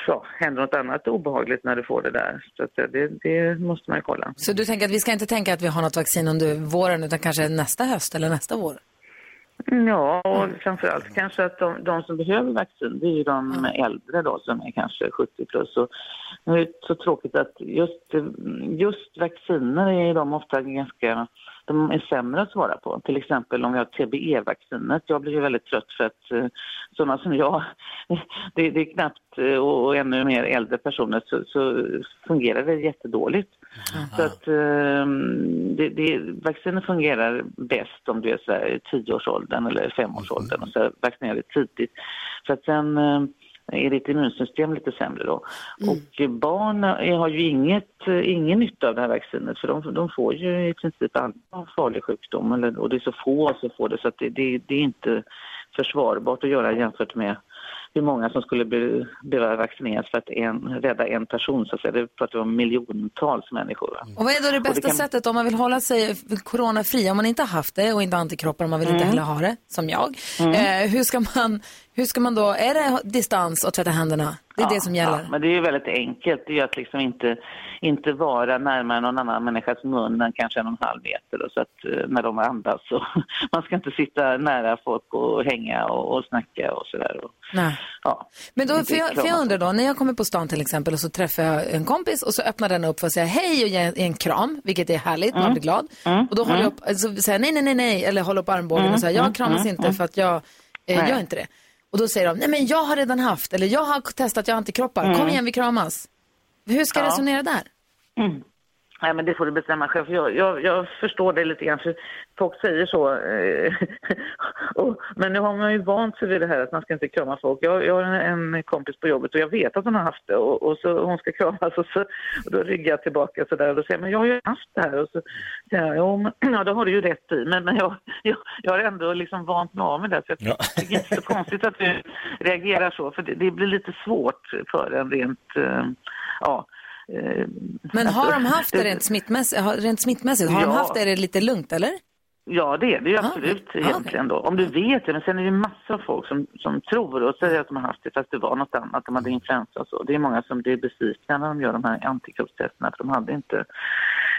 S14: ja, händer något annat obehagligt när du får det där. Så att eh, det, det måste man ju kolla.
S1: Så du tänker att vi ska inte tänka att vi har något vaccin under våren utan kanske nästa höst eller nästa vår?
S14: Ja, och framförallt kanske att de, de som behöver vaccin, det är ju de äldre då som är kanske 70 plus. Och nu är det så tråkigt att just, just vacciner är ju de ofta ganska, de är sämre att svara på. Till exempel om vi har TBE-vaccinet. Jag blir ju väldigt trött för att eh, sådana som jag, det, det är knappt, eh, och, och ännu mer äldre personer, så, så fungerar det jättedåligt. Så att eh, det, det, vacciner fungerar bäst om du är så här, 10-årsåldern eller 5-årsåldern och så här, vaccinerar dig tidigt. För att sen eh, är ditt immunsystem lite sämre då. Och eh, barn eh, har ju inget, eh, ingen nytta av det här vaccinet för de, de får ju i princip all farlig sjukdom eller, och det är så få som får det så att det, det, det är inte försvarbart att göra jämfört med hur många som skulle be, behöva vaccineras för att en, rädda en person. Så att säga. Det pratar vi om miljontals människor. Va?
S1: Och vad är då det
S14: Och det
S1: bästa
S14: kan-
S1: sättet om man vill hålla sig coronafri, om man inte har haft det och inte har antikroppar, om man vill inte
S14: Mm.
S1: heller ha det, som jag.
S14: Mm.
S1: Eh, hur, ska man, hur ska man då, är det distans och tvätta händerna? Det är det som gäller.
S14: Ja, men det är ju väldigt enkelt. Det är ju att liksom inte, inte vara närmare någon annan människas mun än kanske en och en halv meter. Då, så att eh, när de andas så man ska inte sitta nära folk och hänga och, och snacka och sådär. Och,
S1: Nej.
S14: ja.
S1: Men då,
S14: Inte
S1: för jag, för jag
S14: kramas.
S1: undrar då, när jag kommer på stan till exempel och så träffar jag en kompis och så öppnar den upp för att säga hej och ge en- en kram, vilket är härligt, man
S14: Mm.
S1: blir glad.
S14: Mm.
S1: Och då håller jag
S14: Mm.
S1: upp, alltså, säger jag nej, nej, nej, nej, eller håller upp armbågen
S14: Mm.
S1: och säger jag
S14: Mm.
S1: kramas
S14: Mm.
S1: inte
S14: Mm.
S1: för att jag eh,
S14: Nej.
S1: gör inte det. Och då säger de, nej men jag har redan haft, eller jag har testat, jag har antikroppar, kom
S14: Mm.
S1: igen vi kramas. Hur ska jag
S14: Ja.
S1: resonera där?
S14: Nej, men det får du bestämma själv. För jag, jag, jag förstår det lite grann, för folk säger så. eh, och, men nu har man ju vant sig vid det här att man ska inte krama folk. Jag, jag har en, en kompis på jobbet och jag vet att hon har haft det och, och så hon ska kramas och, så, och då ryggar jag tillbaka så där och då säger man jag har ju haft det här och så säger jag jo, men, ja, det har du ju rätt i men, men jag, jag, jag har ändå liksom vant mig av med det. Så jag tycker inte det är så konstigt att du reagerar så för det, det blir lite svårt för en rent, eh, ja. eh,
S1: Men har
S14: alltså,
S1: de haft det rent smittmässigt, har, rent smittmässigt, har de
S14: Ja.
S1: haft det, är det lite lugnt eller?
S14: Ja, det är det ju absolut egentligen då. Om du vet det. Men sen är det ju massor av folk som, som tror och säger att de har haft det fast det var något annat. De hade influensa och så. Det är många som blir besvikna när de gör de här antikroppstesterna för de hade inte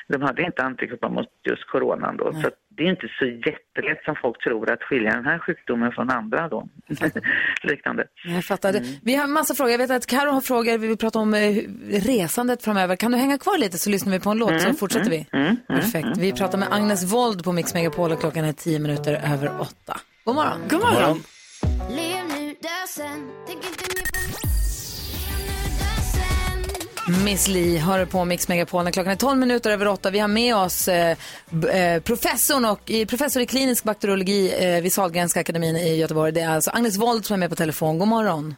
S14: De hade inte antikroppar mot just coronan då. Så att det är inte så jättelätt som folk tror att skilja den här sjukdomen från andra då. Liknande.
S1: Jag fattar. Vi har en massa frågor. Jag vet att Karo har frågor. Vi vill prata om eh, resandet framöver. Kan du hänga kvar lite så lyssnar vi på en låt så fortsätter vi. Perfekt. Vi pratar med Agnes Wold på Mix Megapol och klockan är tio minuter över åtta. God morgon.
S4: God morgon. God morgon.
S1: Miss Li hör på Mix Megapol när klockan är 12 minuter över 8. Vi har med oss eh, b- eh, professorn och, i- professor i klinisk bakteriologi eh, vid Sahlgrenska akademin i Göteborg. Det är alltså Agnes Wold som är med på telefon. God morgon.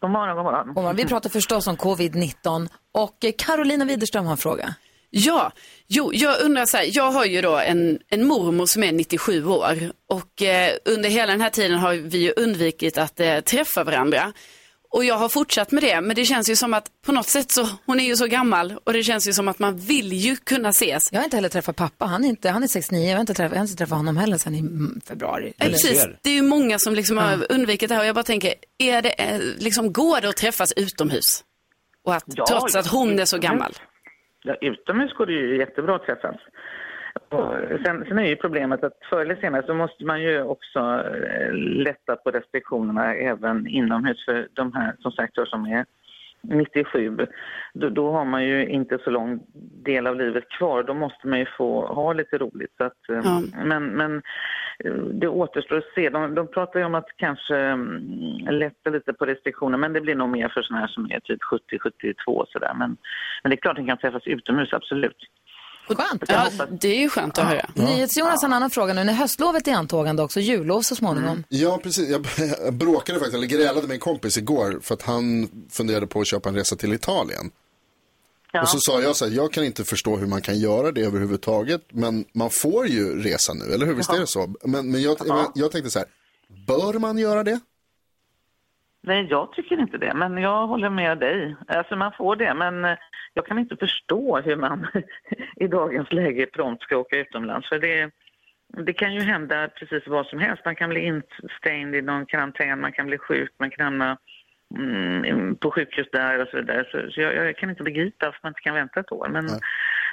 S14: God morgon, god morgon.
S1: God morgon. Vi pratar förstås om covid-19 och eh, Carolina Widerström har en fråga.
S4: Ja, jo, jag undrar så här, jag har ju då en, en mormor som är 97 år och eh, under hela den här tiden har vi ju undvikit att eh, träffa varandra. Och jag har fortsatt med det, men det känns ju som att på något sätt så, hon är ju så gammal och det känns ju som att man vill ju kunna ses.
S1: Jag har inte heller träffat pappa, han är, inte, han är 69, jag har inte träffat, jag har inte träffat honom heller sedan i mm, februari.
S4: Ja, precis. Det är ju många som liksom har undvikit det här och jag bara tänker, är det, eh, liksom, går det att träffas utomhus? Och att,
S14: Ja,
S4: trots att hon är så
S14: utomhus.
S4: gammal.
S14: Ja, utomhus går det ju jättebra att träffas. Och sen, sen är ju problemet att förr eller senare så måste man ju också eh, lätta på restriktionerna även inomhus för de här som sagt då, som är 97, då, då har man ju inte så lång del av livet kvar. Då måste man ju få ha lite roligt. Så att, eh,
S15: Ja.
S14: Men, men eh, det återstår att se. De, de pratar ju om att kanske mm, lätta lite på restriktioner, men det blir nog mer för sådana här som är typ 70-72 sådär. Men, men det är klart att de kan träffas utomhus, absolut.
S1: Skönt.
S4: Ja, det är ju skönt att höra.
S1: NyhetsJonas har en annan fråga nu, när höstlovet är antagande också, jullov så småningom.
S2: Ja, precis. Jag jag bråkade faktiskt, eller grälade med en kompis igår för att han funderade på att köpa en resa till Italien. Och så sa jag så här, jag kan inte förstå hur man kan göra det överhuvudtaget, men man får ju resa nu, eller hur? Visst är det så? Men, men jag,
S14: Ja.
S2: jag tänkte så här, bör man göra det?
S14: Nej, jag tycker inte det, men jag håller med dig. Alltså man får det, men eh, jag kan inte förstå hur man i dagens läge prompt ska åka utomlands. För det, det kan ju hända precis vad som helst. Man kan bli instängd i någon karantän, man kan bli sjuk, man kan hamna mm, på sjukhus där och så vidare. Så, så jag, jag kan inte begripa varför man inte kan vänta ett år. Men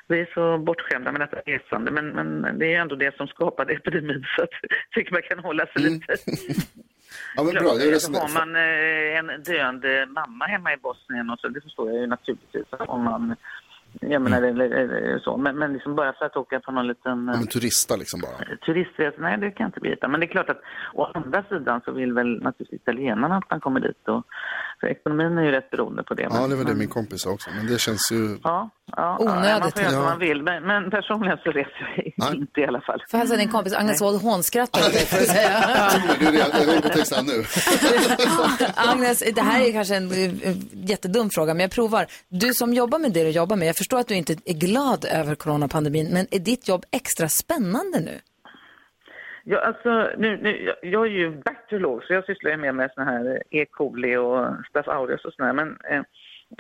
S14: vi är så bortskämda med detta resande. Men, men det är ju ändå det som skapade epidemin, så att, jag tycker man kan hålla sig lite
S2: Ja, men bra.
S14: Klart,
S2: Jag
S14: så har
S2: resonerar.
S14: man eh, en döende mamma hemma i Bosnien och så, det förstår jag ju naturligtvis om man, jag menar
S2: Mm.
S14: eller, eller så, men, men liksom bara för att åka på någon liten eh,
S2: Men turista liksom bara.
S14: turistresa, nej det kan jag inte begripa. Men det är klart att å andra sidan så vill väl naturligtvis italienarna att man kommer dit och så ekonomin är ju rätt beroende på det.
S2: Ja,
S14: men-
S2: det var det min kompis sa också, men det känns ju...
S14: Ja, ja,
S1: Onödigt.
S14: Ja, man får göra som
S2: Ja.
S14: man vill, men, men personligen så reser jag inte i alla fall.
S1: Får hälsa din kompis Agnes Wold hånskrattar åt dig, får jag säga.
S2: Det är det, jag håller på att texta nu.
S1: Agnes, det här är kanske en eh, jättedum fråga, men jag provar. Du som jobbar med det du jobbar med, jag förstår att du inte är glad över coronapandemin, men är ditt jobb extra spännande nu?
S14: Ja, alltså, nu, nu, jag- jag är ju bakteriolog så jag sysslar ju mer med såna här eh, E. coli och Staph aureus och sådär. Men, eh,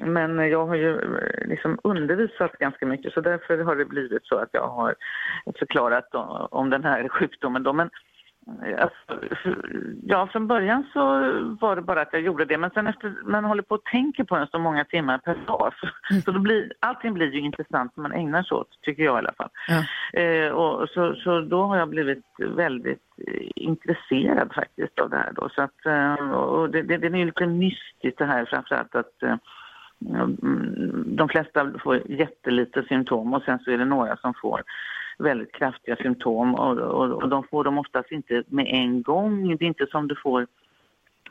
S14: men jag har ju eh, liksom undervisat ganska mycket så därför har det blivit så att jag har förklarat om, om den här sjukdomen. Då. Men, eh, alltså, för- ja, från början så var det bara att jag gjorde det men sen efter man håller på och tänker på den så många timmar per dag så, så då blir, allting blir ju intressant när man ägnar sig åt, tycker jag i alla fall. Eh, och så, så då har jag blivit väldigt eh, intresserad faktiskt av det här. Då. Så att, eh, och det, det, det är ju lite mystiskt det här framförallt att eh, mm, de flesta får jättelite symptom och sen så är det några som får väldigt kraftiga symptom och, och, och de får dem oftast inte med en gång. Det är inte som du får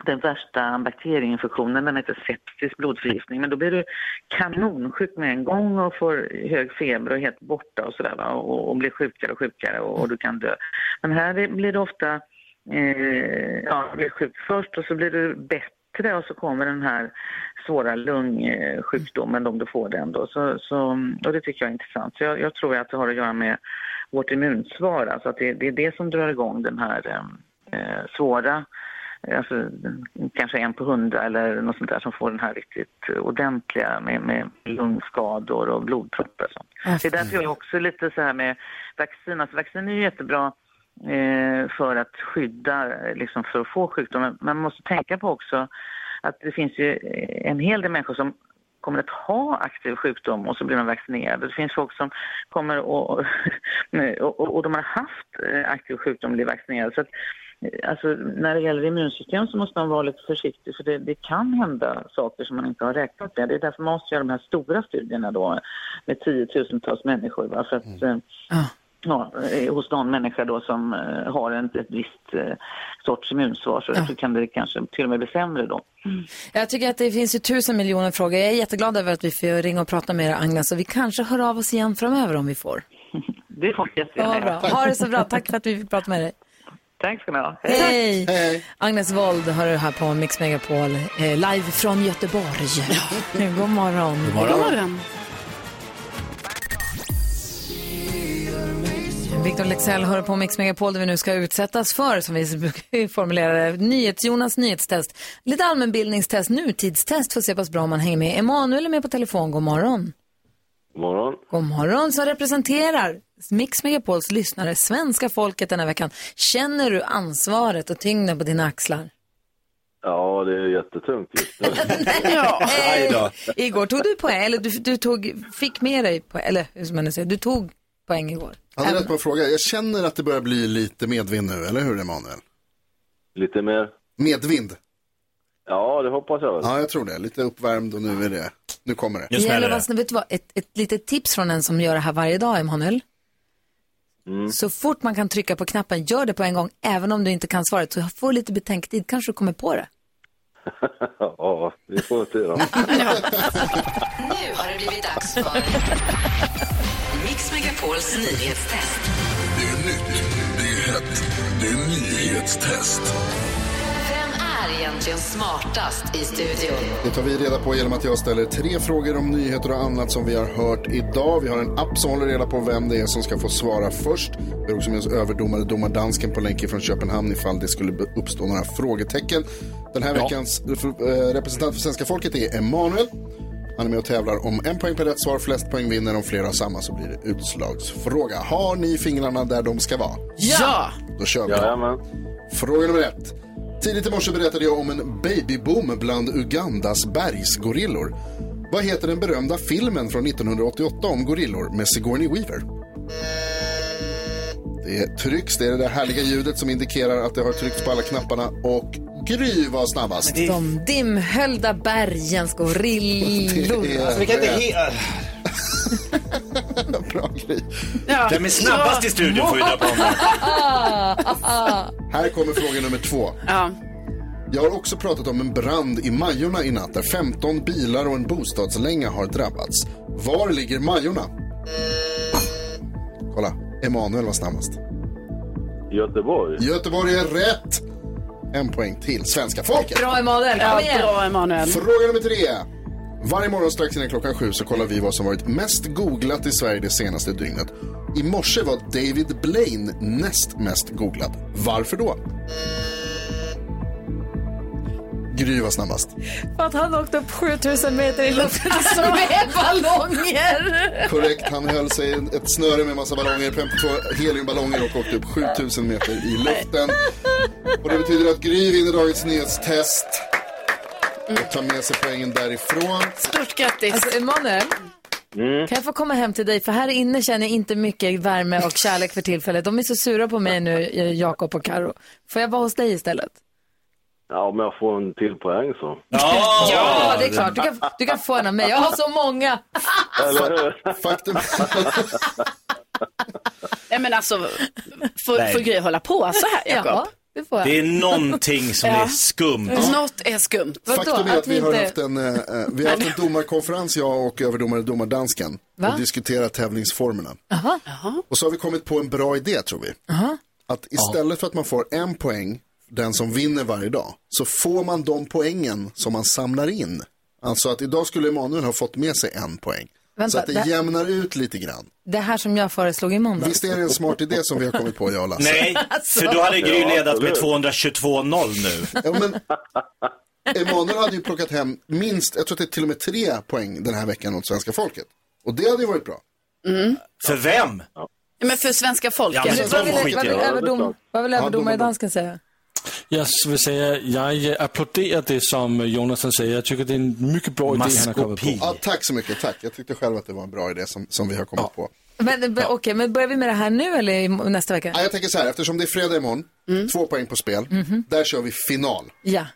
S14: den värsta bakterieinfektionen, den heter septisk blodförgiftning. Men då blir du kanonsjuk med en gång och får hög feber och är helt borta och sådär va? Och, och blir sjukare och sjukare och, och du kan dö. Men här är- blir det ofta, eh, ja, du blir sjuk först och så blir du bättre och så kommer den här svåra lungsjukdomen om du får den då. Så, så, och det tycker jag är intressant. Så jag, jag tror att det har att göra med vårt immunsvar, alltså att det, det är det som drar igång den här eh, eh, svåra alltså, kanske en på hundra eller något sånt där som får den här riktigt ordentliga med, med lungskador och blodproppar och sånt. Det är därför jag är också lite så här med vaccin. Alltså vaccin är ju jättebra eh, för att skydda, eh, liksom för att få sjukdomen. Men man måste tänka på också att det finns ju eh, en hel del människor som kommer att ha aktiv sjukdom och så blir de vaccinerade. Det finns folk som kommer och, och, och, och de har haft eh, aktiv sjukdom och blir vaccinerade. Så att, eh, alltså, när det gäller immunsystem så måste man vara lite försiktig för det, det kan hända saker som man inte har räknat med. Det är därför man måste göra de här stora studierna då med tiotusentals människor. Va? För att, eh, ja, eh, hos någon människa då som eh, har en, ett visst eh, sorts immunsvar så, så kan det kanske till och med bli sämre då.
S1: Jag tycker att det finns ju tusen miljoner frågor. Jag är jätteglad över att vi får ringa och prata med er, Agnes. Och vi kanske hör av oss igen framöver om vi får.
S14: Det får jag
S1: Ja, vad bra. Ha det så bra. Tack för att vi fick prata med dig.
S14: Tack ska ni ha.
S1: Hej! Agnes Wold har du här på Mix Megapol, eh, live från Göteborg. Nu, god morgon.
S4: God morgon. God morgon.
S1: Victor Lexell hör på Mix Megapol där vi nu ska utsättas för, som vi brukar formulera det, NyhetsJonas nyhetstest. Lite allmänbildningstest, nutidstest för att se pass bra om man hänger med. Emanuel är med på telefon, god morgon.
S16: God morgon.
S1: God morgon, som representerar Mix Megapols lyssnare, svenska folket den här veckan. Känner du ansvaret och tyngden på dina axlar?
S16: Ja, det är jättetungt just nu.
S1: Nej då. Igår tog du poäng, eller du, du tog, fick med dig poäng, eller hur ska man nu säga, du tog poäng igår.
S2: Jag hade rätt på en fråga. Jag känner att det börjar bli lite medvind nu, eller hur Emanuel?
S16: Lite mer.
S2: Medvind?
S16: Ja, det hoppas jag väl.
S2: Ja, jag tror det. Lite uppvärmd och nu är det, nu kommer det.
S1: Det gäller att vara- vet du vad, ett, ett litet tips från en som gör det här varje dag, Emanuel. Så fort man kan trycka på knappen, gör det på en gång, även om du inte kan svaret. Så får lite betänketid, kanske du kommer på det.
S16: ja, vi får se då.
S5: Nu har det blivit dags för Mix Megapols nyhetstest.
S12: Det är nytt, det är hett, det är nyhetstest.
S5: Vem är egentligen smartast i studion?
S2: Det tar vi reda på genom att jag ställer tre frågor om nyheter och annat som vi har hört idag. Vi har en app som håller reda på vem det är som ska få svara först. Vi har också med oss överdomare domardansken på länk från Köpenhamn ifall det skulle uppstå några frågetecken. Den här
S17: Ja.
S2: veckans eh, representant för svenska folket är Emanuel. Han är med och tävlar om en poäng per rätt svar. Flest poäng vinner. Om flera har samma så blir det utslagsfråga. Har ni fingrarna där de ska vara?
S4: Ja!
S2: Då kör vi. Fråga nummer ett. Tidigt i morse berättade jag om en babyboom bland Ugandas bergsgorillor. Vad heter den berömda filmen från 1988 om gorillor med Sigourney Weaver? Det trycks, det är det där härliga ljudet som indikerar att det har tryckts på alla knapparna och Gry var snabbast.
S1: De dimhöljda bergens gorillor.
S2: Det är Alltså, vi kan inte rätt. he-
S4: Ja.
S3: Vem är snabbast i studion får vi dra på om.
S2: Här kommer fråga nummer två.
S4: Ja.
S2: Jag har också pratat om en brand i Majorna i natt där 15 bilar och en bostadslänga har drabbats. Var ligger Majorna? Kolla, Emanuel var snabbast.
S16: Göteborg.
S2: Göteborg är rätt! En poäng till svenska folket.
S1: Bra Emanuel, kom
S4: Ja,
S1: igen.
S4: bra Emanuel.
S2: Fråga nummer tre. Varje morgon strax innan klockan sju så kollar vi vad som varit mest googlat i Sverige det senaste dygnet. I morse var David Blaine näst mest googlad. Varför då? Gry var snabbast.
S1: För att han åkte upp 7000 meter i luften med ballonger.
S2: Korrekt, han höll sig i ett snöre med massa ballonger, 52 heliumballonger och åkte upp 7000 meter i luften. Och det betyder att Gry vinner dagens nyhetstest och tar med sig poängen därifrån.
S4: Stort grattis.
S1: Alltså Emanuel,
S2: Mm.
S1: kan jag få komma hem till dig? För här inne känner jag inte mycket värme och kärlek för tillfället. De är så sura på mig nu, eh, Jakob och Karo. Får jag vara hos dig istället?
S16: Ja, om jag får en till poäng så.
S1: Ja, det är klart. Du kan, du kan få en av mig. Jag har så många.
S16: Eller hur?
S2: Faktum.
S4: Nej men alltså, får,
S3: Nej.
S4: får grejer hålla på så här Jakob?
S1: Ja, det får jag.
S3: Det är någonting som
S4: Ja.
S3: är skumt.
S4: Något är skumt.
S2: Faktum är att vi har haft en, eh, eh, vi har haft en domarkonferens, jag och överdomare domardansken,
S1: Va?
S2: och diskuterat tävlingsformerna.
S1: Aha.
S2: Och så har vi kommit på en bra idé tror vi.
S1: Aha.
S2: Att istället för att man får en poäng, den som vinner varje dag, så får man de poängen som man samlar in. Alltså att idag skulle Emanuel ha fått med sig en poäng.
S1: Vänta,
S2: så att det
S1: det-
S2: jämnar ut lite grann.
S1: Det här som jag föreslog i måndags.
S2: Visst är det en smart idé som vi har kommit på, jag och Lasse?
S3: Nej,
S1: Alltså.
S3: för då hade Gry ledat med 222-0 nu.
S2: Ja, men Emanuel hade ju plockat hem minst, jag tror att det är till och med tre poäng den här veckan åt svenska folket. Och det hade ju varit bra.
S4: Mm.
S3: För vem?
S4: Men för svenska folket.
S2: Ja, men de
S1: Vad vill,
S2: skiter
S1: vad vill,
S2: jag i.
S1: överdom, vad vill
S2: Ja,
S1: överdomare
S2: domare-
S1: dansken säga?
S8: Jag vill säga, jag applåderar det som Jonathan säger. Jag tycker det är en mycket bra idé han har kommit på.
S2: Ja, tack så mycket, tack. Jag tyckte själv att det var en bra idé som, som vi har kommit på.
S1: Men, ja. Okej, men börjar vi med det här nu eller i- nästa vecka?
S2: Ja, jag tänker så här, eftersom det är fredag imorgon,
S18: Mm.
S2: två poäng på spel,
S18: Mhm.
S2: där kör vi final.
S1: Ja,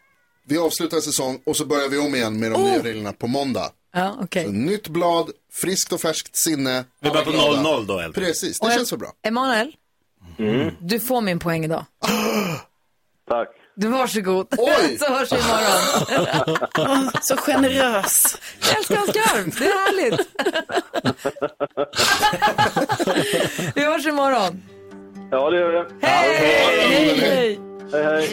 S2: Vi avslutar säsong och så börjar vi om igen
S18: Oh!
S2: med de nya reglerna på måndag.
S1: ja okej.
S2: Så nytt blad, friskt och färskt sinne.
S18: Vi börjar på
S2: Alla glada.
S18: 0-0 då, eller?
S2: Precis, det
S1: Och jag-
S2: känns så bra.
S1: Emanuel, du får min poäng idag.
S19: Mm. Tack.
S1: Du varsågod.
S2: Oj!
S1: Så hörs vi imorgon.
S4: Så generös.
S1: Jag älskar hans garv. Det är härligt. vi hörs imorgon.
S19: Ja, det gör jag.
S1: Hej! Hej!
S19: Hej, hej.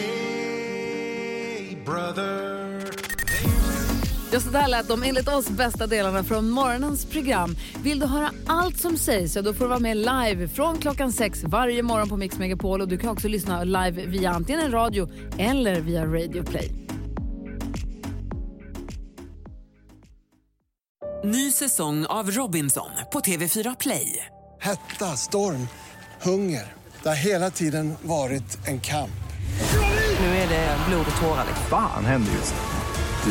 S1: Just så där lät de enligt oss bästa delarna från morgonens program. Vill du höra allt som sägs så då får du vara med live från klockan sex varje morgon på Mix Megapol. Och du kan också lyssna live via antingen radio eller via Radio Play.
S12: Ny säsong av Robinson på TV4 Play.
S20: Hetta, storm, hunger. Det har hela tiden varit en kamp.
S12: Nu är det blod och tårar.
S5: Fan händer just det.